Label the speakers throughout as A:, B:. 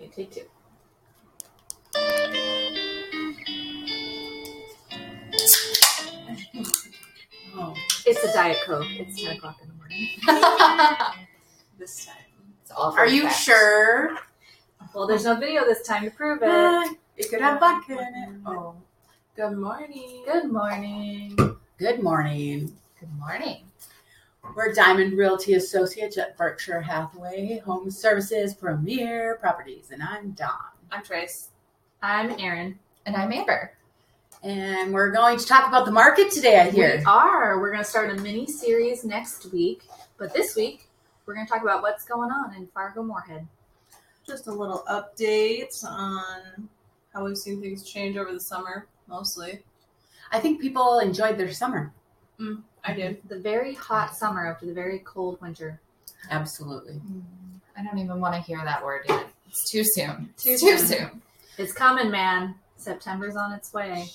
A: You take two.
B: Oh,
A: It's a Diet Coke. It's 10 o'clock in the morning.
B: this time.
A: It's all for
B: Are you
A: effect.
B: sure?
A: Well, there's no video this time to prove it.
B: Uh, it could have vodka in it. Oh. Good morning.
A: Good morning.
B: Good morning.
A: Good morning.
B: We're Diamond Realty Associates at Berkshire Hathaway Home Services Premier Properties, and I'm Don.
A: I'm Trace. I'm Erin. And I'm Amber.
B: And we're going to talk about the market today, I hear.
A: We are. We're going to start a mini series next week. But this week, we're going to talk about what's going on in Fargo Moorhead.
C: just a little update on how we've seen things change over the summer, mostly.
B: I think people enjoyed their summer.
C: I did.
A: The very hot summer after the very cold winter.
B: Absolutely.
D: I don't even want to hear that word yet. It's too soon.
A: Too
D: It's too
A: soon.
D: soon.
A: It's coming, man. September's on its way.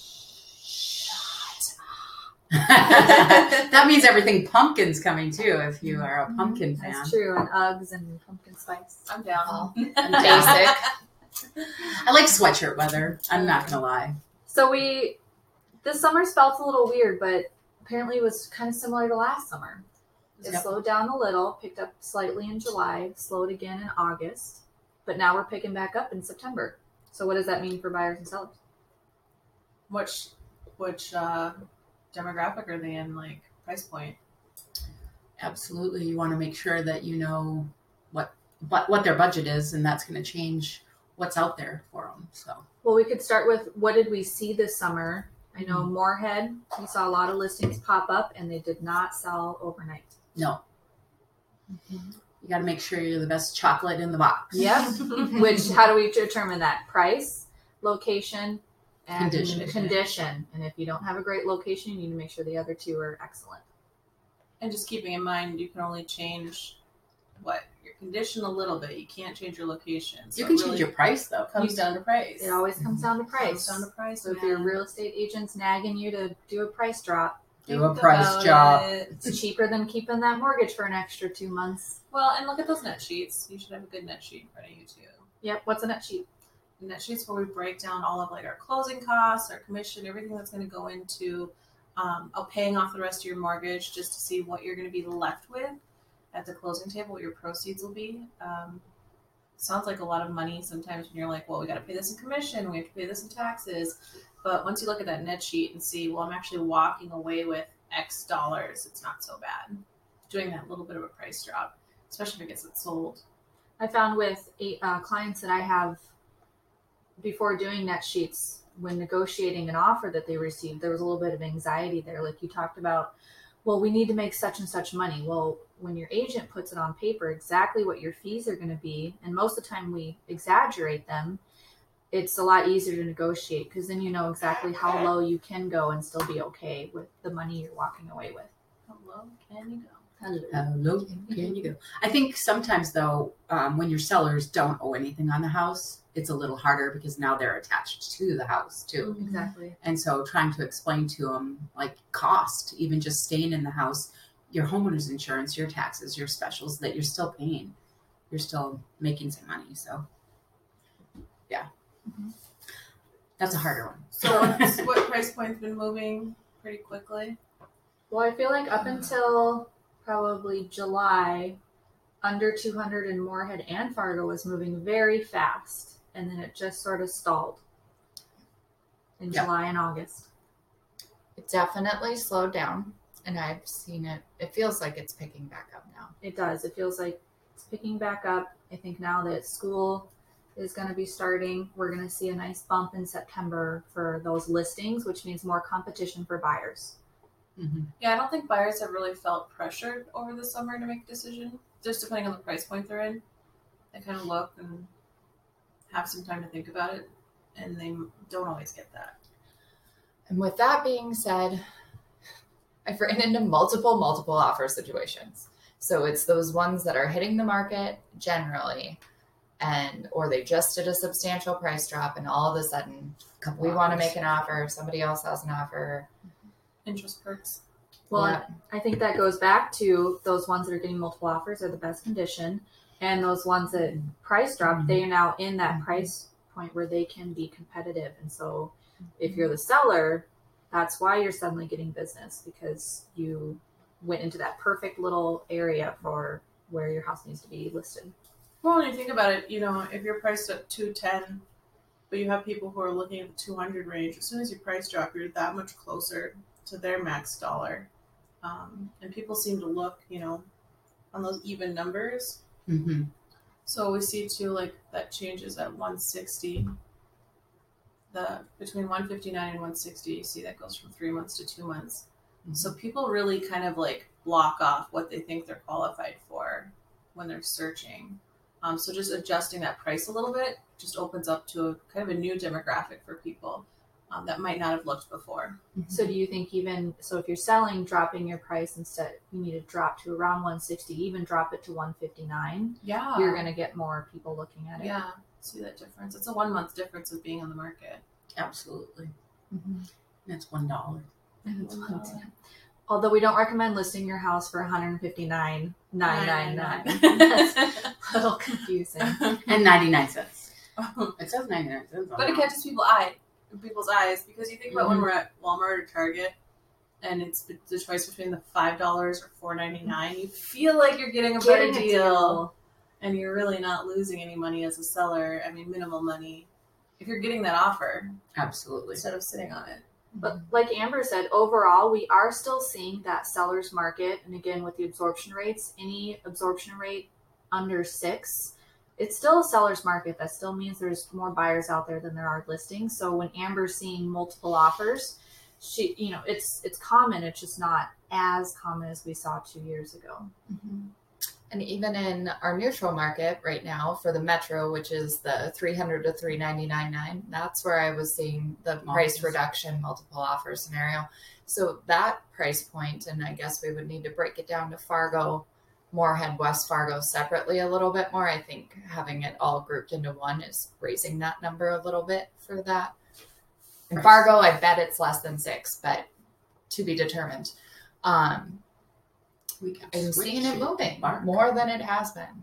B: that means everything pumpkin's coming too, if you are a pumpkin fan.
A: Mm-hmm. That's true. And Uggs and pumpkin spice.
C: I'm down.
D: Oh,
B: I
D: Basic.
B: like sweatshirt weather. I'm not going to lie.
A: So we, this summer's felt a little weird, but apparently it was kind of similar to last summer. It
B: Yep.
A: slowed down a little, picked up slightly in July, slowed again in August, but now we're picking back up in September. So what does that mean for buyers and sellers?
C: Which which uh, demographic are they in? Like price point?
B: Absolutely. You want to make sure that you know what what, what their budget is, and that's going to change what's out there for them. So
A: Well, we could start with what did we see this summer? I know Moorhead, we saw a lot of listings pop up and they did not sell overnight.
B: no,
C: Mm-hmm.
B: you got to make sure you're the best chocolate in the box.
A: Yep. Which how do we determine that? Price, location, and
B: Condition.
A: condition. And if you don't have a great location, you need to make sure the other two are excellent.
C: And just keeping in mind, you can only change what your condition a little bit. You can't change your location. So
B: You can
C: it really
B: change your price though.
C: comes down to price.
A: It always comes down to
C: comes
A: price.
C: down to price.
A: So if your
C: man.
A: real estate agent's nagging you to do a price drop,
B: Do a
C: Think
B: price
C: about
B: job.
C: it.
A: it's cheaper than keeping that mortgage for an extra two months.
C: Well, and look at those net sheets. You should have a good net sheet in front of you too.
A: Yep. What's a net sheet?
C: And that sheet's where we break down all of like our closing costs, our commission, everything that's going to go into um, uh, paying off the rest of your mortgage, just to see what you're going to be left with at the closing table, what your proceeds will be. Um, sounds like a lot of money sometimes when you're like, well, we got to pay this in commission, we have to pay this in taxes. But once you look at that net sheet and see, well, I'm actually walking away with X dollars, it's not so bad. Doing that little bit of a price drop, especially if it gets it sold.
A: I found with eight, uh, clients that I have before doing net sheets, when negotiating an offer that they received, there was a little bit of anxiety there. Like you talked about, well, we need to make such and such money. Well, when your agent puts it on paper, exactly what your fees are going to be, and most of the time we exaggerate them, it's a lot easier to negotiate because then you know exactly how low you can go and still be okay with the money you're walking away with.
C: How low can you go?
B: Hello, can you go? I think sometimes though, um, when your sellers don't owe anything on the house, it's a little harder because now they're attached to the house too.
C: Mm-hmm.
A: Exactly.
B: And so trying to explain to them like cost, even just staying in the house, your homeowner's insurance, your taxes, your specials that you're still paying. You're still making some money. So yeah.
D: Mm-hmm.
A: Mhm.
B: That's a harder one.
C: So what's- what price point's been moving pretty quickly?
A: Well, I feel like up until probably July, under 200 in Moorhead and Fargo was moving very fast, and then it just sort of stalled in
B: Yeah.
A: July and August.
D: It definitely slowed down, and I've seen it. It feels like it's picking back up now.
A: It does. It feels like it's picking back up. I think now that school is going to be starting, we're going to see a nice bump in September for those listings, which means more competition for buyers.
B: Mhm.
C: Yeah, I don't think buyers have really felt pressured over the summer to make a decision, just depending on the price point they're in. They kind of look and have some time to think about it, and they don't always get that.
D: And with that being said, I've ran into multiple, multiple offer situations. So it's those ones that are hitting the market generally, and or they just did a substantial price drop, and all of a sudden
B: Couple
D: we want to
B: hours.
D: make an offer. Somebody else has an offer.
C: Interest perks.
A: Well,
D: Yeah.
A: I think that goes back to those ones that are getting multiple offers are the best condition. And those ones that price dropped, they are now in that price point where they can be competitive. And so if you're the seller, that's why you're suddenly getting business because you went into that perfect little area for where your house needs to be listed.
C: Well, when you think about it, you know, if you're priced at 210, but you have people who are looking at the 200 range, as soon as you price drop, you're that much closer to their max dollar. Um, and people seem to look, you know, on those even numbers.
B: Mm-hmm.
C: So we see too, like that changes at 160. The between 159 and 160, you see that goes from three months to two months.
B: Mhm.
C: So people really kind of like block off what they think they're qualified for when they're searching. Um, so just adjusting that price a little bit just opens up to a kind of a new demographic for people um, that might not have looked before.
A: So do you think even so if you're selling, dropping your price instead you need to drop to around 160, even drop it to 159,
C: Yeah,
A: you're going to get more people looking at it.
C: Ah. yeah see that difference. It's a one month difference of being on the market.
B: Absolutely.
D: Mm-hmm.
B: And it's one dollar.
A: And it's one tip. Although we don't recommend listing your house for 159 999. That's a little confusing.
B: And ninety nine cents. It says ninety nine cents. on
C: But it
B: the-
C: catches people eye, people's eyes because you think about
A: Mm-hmm.
C: when we're at Walmart or Target, and it's the the choice between the five dollars or four ninety nine. You feel like you're getting a better
A: Getting a
C: deal, and you're really not losing any money as a seller. I mean, minimal money if you're getting that offer
B: Absolutely.
C: instead of sitting on it.
A: But like Amber said, overall, we are still seeing that seller's market. And again, with the absorption rates, any absorption rate under six, it's still a seller's market. That still means there's more buyers out there than there are listings. So when Amber's seeing multiple offers, she, you know, it's it's common. It's just not as common as we saw two years ago.
D: Mm-hmm. And even in our neutral market right now for the metro, which is the 300 to 399.9, that's where I was seeing the price
B: Multiples.
D: reduction multiple offer scenario. So that price point, and I guess we would need to break it down to Fargo, Moorhead, West Fargo separately a little bit more. I think having it all grouped into one is raising that number a little bit for that. In
B: Price.
D: Fargo, I bet it's less than six, but to be determined. Um,
B: We can
D: I'm
B: switch
D: seeing it
B: to
D: moving
B: bark.
D: more than it has been.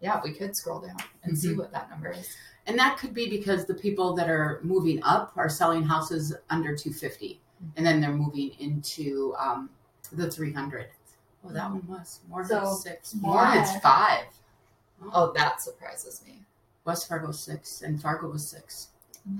D: Yeah, we could scroll down and see
B: Mhm.
D: what that number is.
B: And that could be because the people that are moving up are selling houses under 250 and then they're moving into um, the 300. Oh, that one was more
A: So,
B: six.
D: Moorhead's
A: Moorhead.
D: five. Oh, that surprises me.
B: West Fargo six and Fargo was six.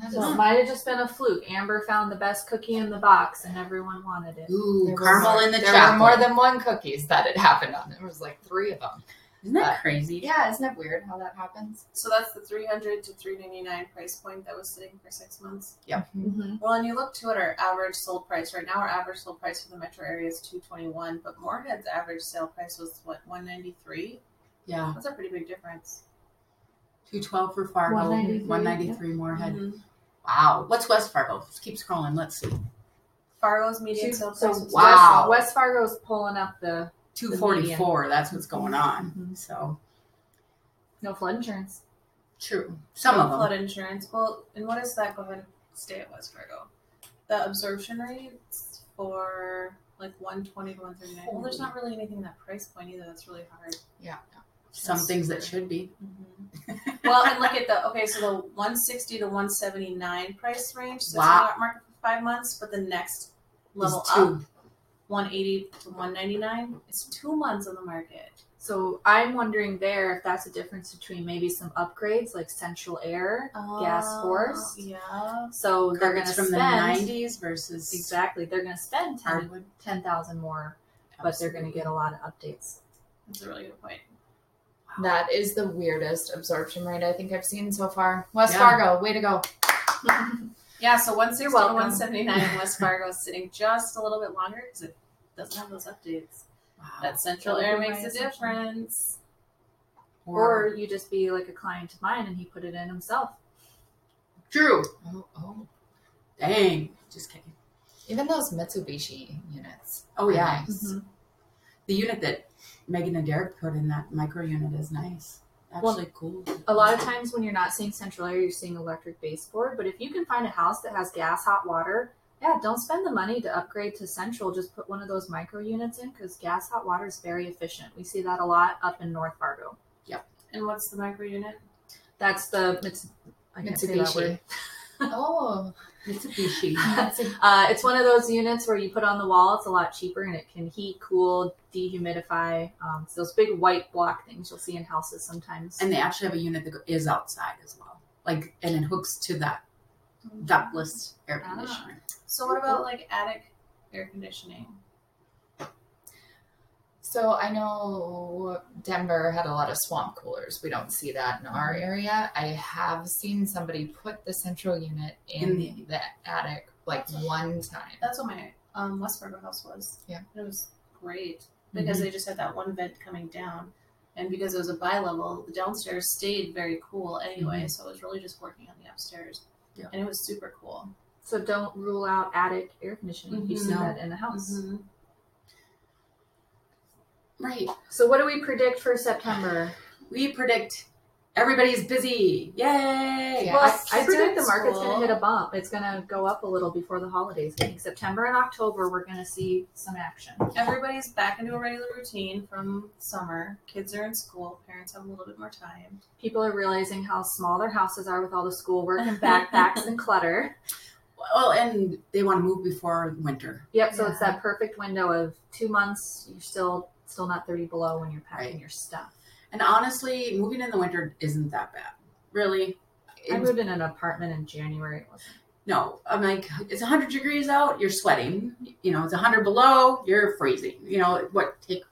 D: That
A: So it
D: is-
A: might have just been a fluke. Amber found the best cookie in the box, and everyone wanted it.
B: Ooh,
D: there was
B: caramel
D: more-
B: in the
D: There
B: chocolate.
D: were more than one cookies that it happened on. There was like three of them.
B: Isn't that crazy?
D: Yeah, isn't it weird how that happens?
C: So that's the three hundred to three ninety nine price point that was sitting for six months.
A: Mm-hmm.
C: Well, and you look too at our average sold price right now. Our average sold price for the metro area is two twenty one, but Moorhead's average sale price was what one ninety three.
B: Yeah,
C: That's a pretty big difference.
B: 212 for Fargo,
A: 193,
B: 193,
C: Mm-hmm.
B: Moorhead. Wow, what's West Fargo? Let's keep scrolling. Let's see.
C: Fargo's median
A: Two-
C: sale price
A: So
C: was
B: Wow.
A: West, West Fargo's pulling up the
B: 244. That's what's going on.
A: Mhm.
B: So
A: no flood insurance.
B: true. Some of them.
C: flood insurance. Well, and what is that? Go ahead and stay at West Fargo. The absorption rates for like one twenty to one thirty nine. Well, there's not really anything in that price point either. That's really hard.
D: Yeah.
B: Some
C: That's
B: things that
C: weird.
B: should be.
C: well, and look at the okay, so the 160 to 179 price range. So
B: Wow.
C: it's not market for five months, but the next level
B: It's
C: up, 180 to 199, is two months on the market.
A: So I'm wondering there if that's a difference between maybe some upgrades like Central Air. Gas
C: Oh,
A: force?
C: Yeah.
A: So they're going to
B: Carpets from
A: spend
B: the 90s versus
A: exactly. They're going to spend ten
B: hardwood.
A: ten thousand more, but they're going to get a lot of updates.
C: That's a really good point.
D: That is the weirdest absorption rate I think I've seen so far. West
B: Yeah.
D: Fargo, way to go.
C: Yeah, so 160 to
A: welcome.
C: 179 West Fargo is sitting just a little bit longer because it doesn't have those updates.
B: Wow.
C: That central
A: That
C: air
A: would be
C: makes
A: my
C: a
A: assumption.
C: difference.
A: Or you just be like a client of mine and he put it in himself.
B: True.
D: Oh, oh.
B: Dang. Just kidding.
D: Even those Mitsubishi units.
B: Oh
D: are
B: yeah,
D: nice.
B: the unit that Megan and Derek put in that micro unit is nice.
A: Well,
B: Actually, cool.
A: A lot of times when you're not seeing Central Air, you're seeing electric baseboard. But if you can find a house that has gas, hot water, yeah, don't spend the money to upgrade to Central. Just put one of those micro units in because gas, hot water is very efficient. We see that a lot up in North Fargo.
C: And what's the micro unit?
A: That's the it's I can't say that word.
D: Mitsubishi. oh,
B: Mitsubishi.
D: that's a,
A: Uh, it's one of those units where you put on the wall. It's a lot cheaper and it can heat, cool, dehumidify. Um, it's those big white block things you'll see in houses sometimes.
B: and they actually have a unit that is outside as well. Like, and it hooks to that ductless air
A: Ah.
B: conditioner.
C: So what about like attic air conditioning?
D: so I know Denver had a lot of swamp coolers. We don't see that in our area. I have seen somebody put the central unit in,
B: In
D: the,
B: the-
D: attic like one time.
C: That's what my um, Westboro house was.
D: Yeah.
C: It was great because they just had that one vent coming down. And because it was a bi level, the downstairs stayed very cool anyway. So it was really just working on the upstairs.
B: Yeah.
C: And it was super cool.
A: so don't rule out attic air conditioning if you see
B: Mhm.
A: that in the house.
C: Mm-hmm.
B: Right.
A: So what do we predict for September?
B: We predict everybody's busy. Yay!
D: Yeah.
A: Well,
D: I-
A: I,
C: I
A: predict
C: predict
A: the market's
C: school.
A: going to hit a bump. It's going to go up a little before the holidays. I think September and October we're going to see some action.
C: Everybody's back into a regular routine from summer. Kids are in school. Parents have a little bit more time.
A: People are realizing how small their houses are with all the schoolwork and backpacks and clutter.
B: Well, and they want to move before winter.
A: Yep. So it's
D: Yeah.
A: that perfect window of two months. You're still still not thirty below when you're packing
B: Right.
A: your stuff.
B: And honestly, moving in the winter isn't that bad. Really?
A: I
B: It-
A: moved in an apartment in January. It wasn't-
B: no. I'm like, it's 100 degrees out, you're sweating. You know, it's 100 below, you're freezing. You know, what? Take,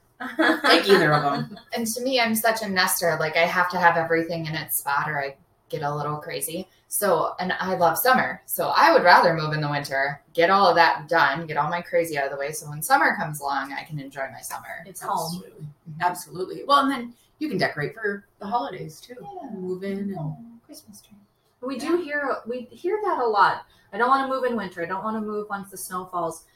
B: take either of them.
D: Uh, And to me, I'm such a nester. Like I have to have everything in its spot, or I get a little crazy. So, and I love summer. So I would rather move in the winter, get all of that done, get all my crazy out of the way. So when summer comes along, I can enjoy my summer.
A: It's home.
B: Absolutely. Absolutely. Well, and then you can decorate for the holidays too.
D: Yeah.
B: Move in and
D: Christmas tree.
A: We do hear we hear that a lot. I don't want to move in winter. I don't want to move once the snow falls.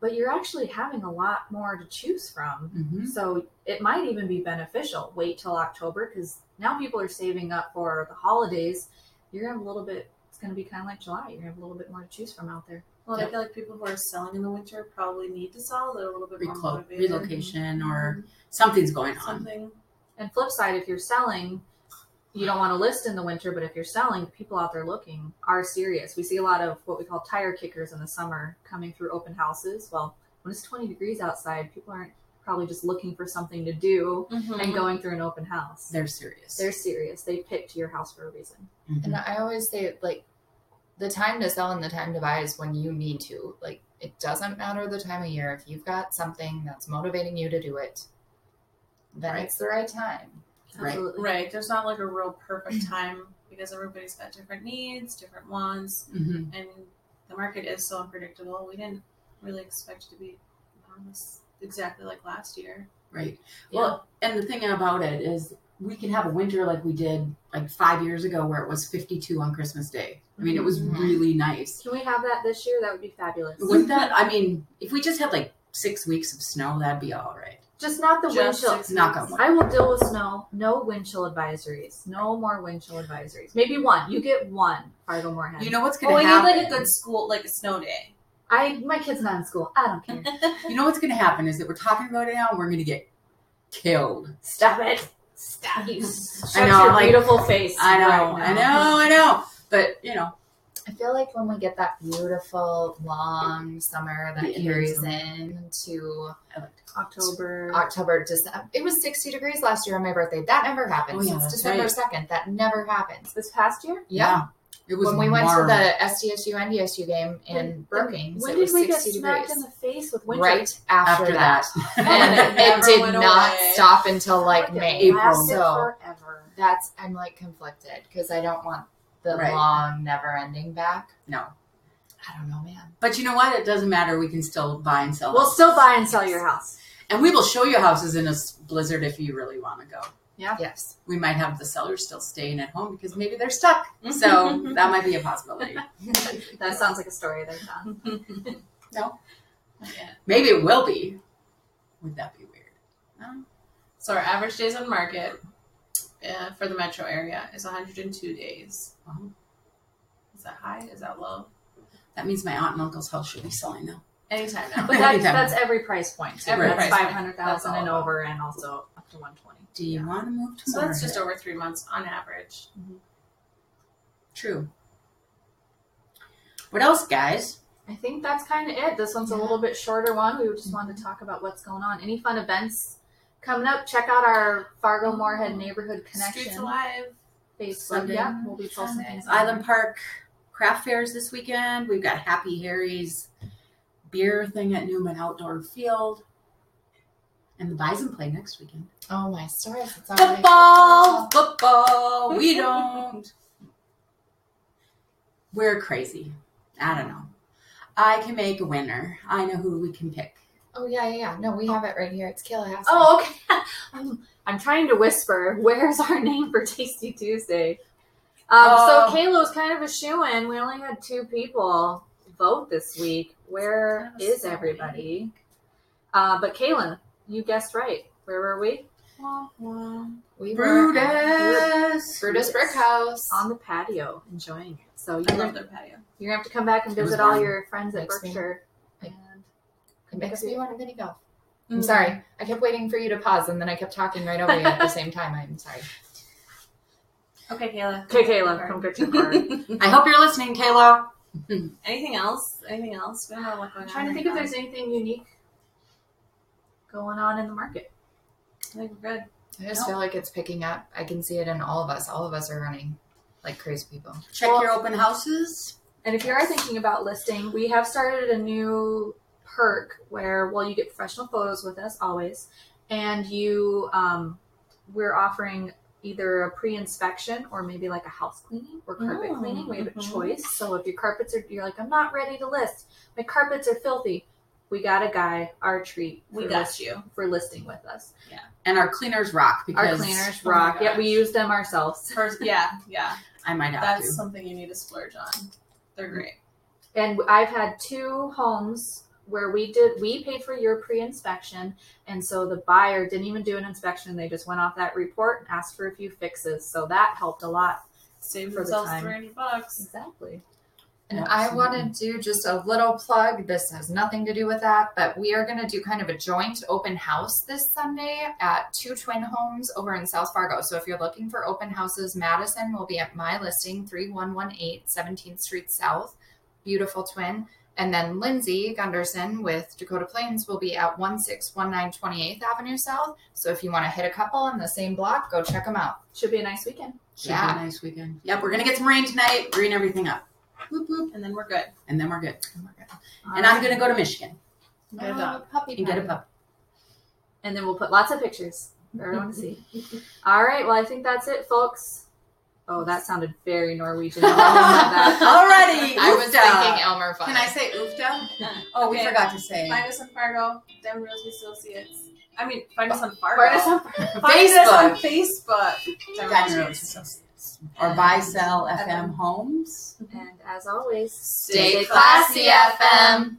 A: But you're actually having a lot more to choose from.
B: Mhm.
A: So it might even be beneficial. Wait till October because now people are saving up for the holidays. You're gonna have a little bit. It's gonna be kind of like July. You're gonna have a little bit more to choose from out there.
C: Well, I feel like people who are selling in the winter probably need to sell. They're a little bit more
B: Reclo-
C: motivated.
B: relocation or something's going on.
C: Something.
A: And flip side, if you're selling, you don't want to list in the winter, but if you're selling, people out there looking are serious. We see a lot of what we call tire kickers in the summer coming through open houses. Well, when it's 20 degrees outside, people aren't probably just looking for something to do
B: Mm-hmm.
A: and going through an open house.
B: They're serious.
A: They're serious. They picked your house for a reason.
B: Mhm.
D: And
A: Mm-hmm.
D: I always say, like, the time to sell and the time to buy is when you need to. Like, it doesn't matter the time of year. If you've got something that's motivating you to do it, then
B: Right.
D: it's the right time.
B: Right.
A: Absolutely.
C: Right. There's not like a real perfect time because everybody's got different needs, different wants,
B: Mhm.
C: and the market is so unpredictable. We didn't really expect it to be um, this- exactly like last year.
B: Right. Well, and the thing about it is we can have a winter like we did like five years ago where it was 52 on Christmas Day. I mean, it was
D: Mhm.
B: really nice.
A: Can we have that this year? That would be fabulous.
B: With that, I mean, if we just had like six weeks of snow, that'd be all right.
A: Just not the wind
C: Just
A: chill.
C: six
B: Knock
C: weeks.
B: on wood.
A: I will deal with snow. No wind chill advisories. No more wind chill advisories. Maybe one. You get one, Fargo Moorhead.
B: You know what's going
C: Oh,
B: to
C: we need
B: happen?
C: like a good school, like a snow day.
A: I my kid's not in school. I don't care.
B: You know what's going to happen is that we're talking about it now and we're going to get killed.
A: Stop it. Stop you. Shut
B: I know,
A: your
B: like-
A: beautiful face.
B: I know,
A: right
B: I
A: now.
B: know, I know. But, you know,
D: I feel like when we get that beautiful long summer that
B: The Indian
D: carries
B: summer.
A: Mm-hmm.
D: into
A: October.
D: October, December, it was 60 degrees last year on my birthday. That never happens.
B: Oh, yeah,
D: Since
B: that's
D: December
B: right.
D: 2nd, that never happens.
A: This past year?
D: Yeah.
B: It was
D: When we went to
B: marvelous.
D: the SDSU NDSU game in
A: When-
D: Brookings,
A: When
D: it was
A: did we get
D: 60
A: smacked
D: degrees.
A: in the face with winter?
D: Right after,
B: after
D: that.
B: that.
D: and
C: And
D: it,
C: it never
D: did
C: went
D: not
C: away.
D: stop until like
A: Look, it
D: May.
B: April.
A: lasted
D: So
A: forever.
D: that's I'm like conflicted because I don't want the
B: Right.
D: long, never-ending back.
B: no.
D: I don't know, man.
B: But you know what? It doesn't matter. We can still buy and sell.
A: We'll still buy and sell your house.
B: And we will show you houses in a s- blizzard if you really want to go.
D: Yes,
B: We might have the sellers still staying at home because maybe they're stuck. So that might be a possibility.
A: That sounds like a story there, John.
C: Yeah.
B: Maybe it will be. Would that be weird? Um, No?
C: So our average days on market uh, for the metro area is 102 days.
A: Uh-huh.
B: Wow.
C: Is that high? Is that low?
B: That means my aunt and uncle's house should be selling now.
C: Anytime now.
A: But that's,
B: Anytime.
A: that's every price point. too.
C: Every
A: that's
C: price point.
A: five hundred thousand
C: That's
A: and
C: all.
A: over, and also
C: to 120.
B: Do you
A: Yeah.
B: want to move to
C: So that's
B: Moorhead?
C: just over three months on average.
B: True. What else, guys?
A: I think that's kind of it. This one's a
D: Yeah.
A: little bit shorter one. We just wanted to talk about what's going on. Any fun events coming up? Check out our Fargo Moorhead Neighborhood
C: Streets
A: Connection
C: Alive.
A: Facebook.
B: Sunday.
A: Yeah, we'll be posting things. on
B: Island Park craft fairs this weekend. We've got Happy Harry's beer thing at Newman Outdoor Field. And the Bison play next weekend.
D: Oh my stars! It's already
B: Football! Football! We don't. We're crazy. I don't know. I can make a winner. I know who we can pick.
D: Oh yeah, yeah, yeah. No, we have it right here. It's Tallahassee.
A: Oh, okay. I'm, I'm trying to whisper. Where's our name for Tasty Tuesday? Um,
B: Oh.
A: So Kayla was kind of a shoe in. We only had two people vote this week. Where
B: Kind of a
A: is
B: sigh.
A: everybody? Uh, but Kaylin, you guessed right. Where were we?
D: we were at
B: Brutus!
D: Brutus Brick House.
A: On the patio, enjoying it. So
C: I
A: you're
C: love
A: gonna,
C: their patio.
A: you're gonna have to come back and
B: It was
A: visit all
B: warm.
A: your friends at
D: Makes me-
A: Berkshire.
D: Like-
A: And
D: It makes me want to mini golf. I'm
B: Mm.
D: sorry. I kept waiting for you to pause, and then I kept talking right over you at the same time. I'm sorry.
C: Okay, Kayla.
A: Okay, Kayla, come get your card.
B: I hope you're listening, Kayla.
C: Anything else? Anything else? We don't know what's
A: I'm
C: going on
A: trying to
C: right
A: think if
C: now.
A: there's anything unique going on in the market.
C: I think we're good.
D: I just feel like it's picking up. I can see it in all of us. All of us are running like crazy people.
B: Check
A: Well-
B: your open houses.
A: And if you are thinking about listing, we have started a new perk where, well, you get professional photos with us always, and you, um, we're offering either a pre-inspection or maybe like a house cleaning or carpet
C: Oh,
A: cleaning. We have a
C: mhm.
A: choice. So if your carpets are, you're like, I'm not ready to list. My carpets are filthy. We got a guy, our treat.
C: We
A: for
C: got
A: list-
C: you.
A: for listing with us.
B: And our cleaners rock
A: Our
B: because
A: cleaners
C: oh my
A: rock. Yeah,
C: gosh.
A: we use them ourselves.
C: First, yeah, yeah.
B: I might have
C: That's
B: to.
C: something you need to splurge on. They're
A: Mm.
C: great.
A: and I've had two homes where we did we paid for your pre-inspection and so the buyer didn't even do an inspection they just went off that report and asked for a few fixes so that helped a lot
C: Save
A: For the
C: themselves
A: time.
C: three hundred bucks.
A: exactly
D: And I
B: Absolutely.
D: want to do just a little plug. This has nothing to do with that, but we are going to do kind of a joint open house this Sunday at two twin homes over in South Fargo. So if you're looking for open houses, Madison will be at my listing 3118 17th Street South. Beautiful twin. And then Lindsay Gunderson with Dakota Plains will be at 1619 28th Avenue South. So if you want to hit a couple in the same block, go check them out.
A: should be a nice weekend
B: Should
D: Yeah.
B: be a nice weekend. Yep, we're gonna get some rain tonight. Green everything up,
C: Whoop, whoop, and then we're good.
B: and then we're good.
D: Oh my God.
B: And I'm gonna go to Michigan
C: Get a dog.
D: Oh, puppy
B: and get a
D: pet.
B: pup.
A: and then we'll put lots of pictures for everyone to see all right well i think that's it folks oh that sounded very norwegian I love that.
B: Alrighty,
D: I was
B: oofta.
D: thinking oh, Elmer Fudd.
B: Can I say oofta? Oh, we
C: Okay.
B: forgot to say
C: Find us on Fargo, Denver Realty Associates. I mean, find us on Fargo.
A: Find us on-
C: Find us on
B: Facebook.
C: Facebook. Denver Realty
B: Denver
C: Associates.
B: or buy sell
C: FM.
B: FM homes.
A: and as always
D: Stay classy, FM.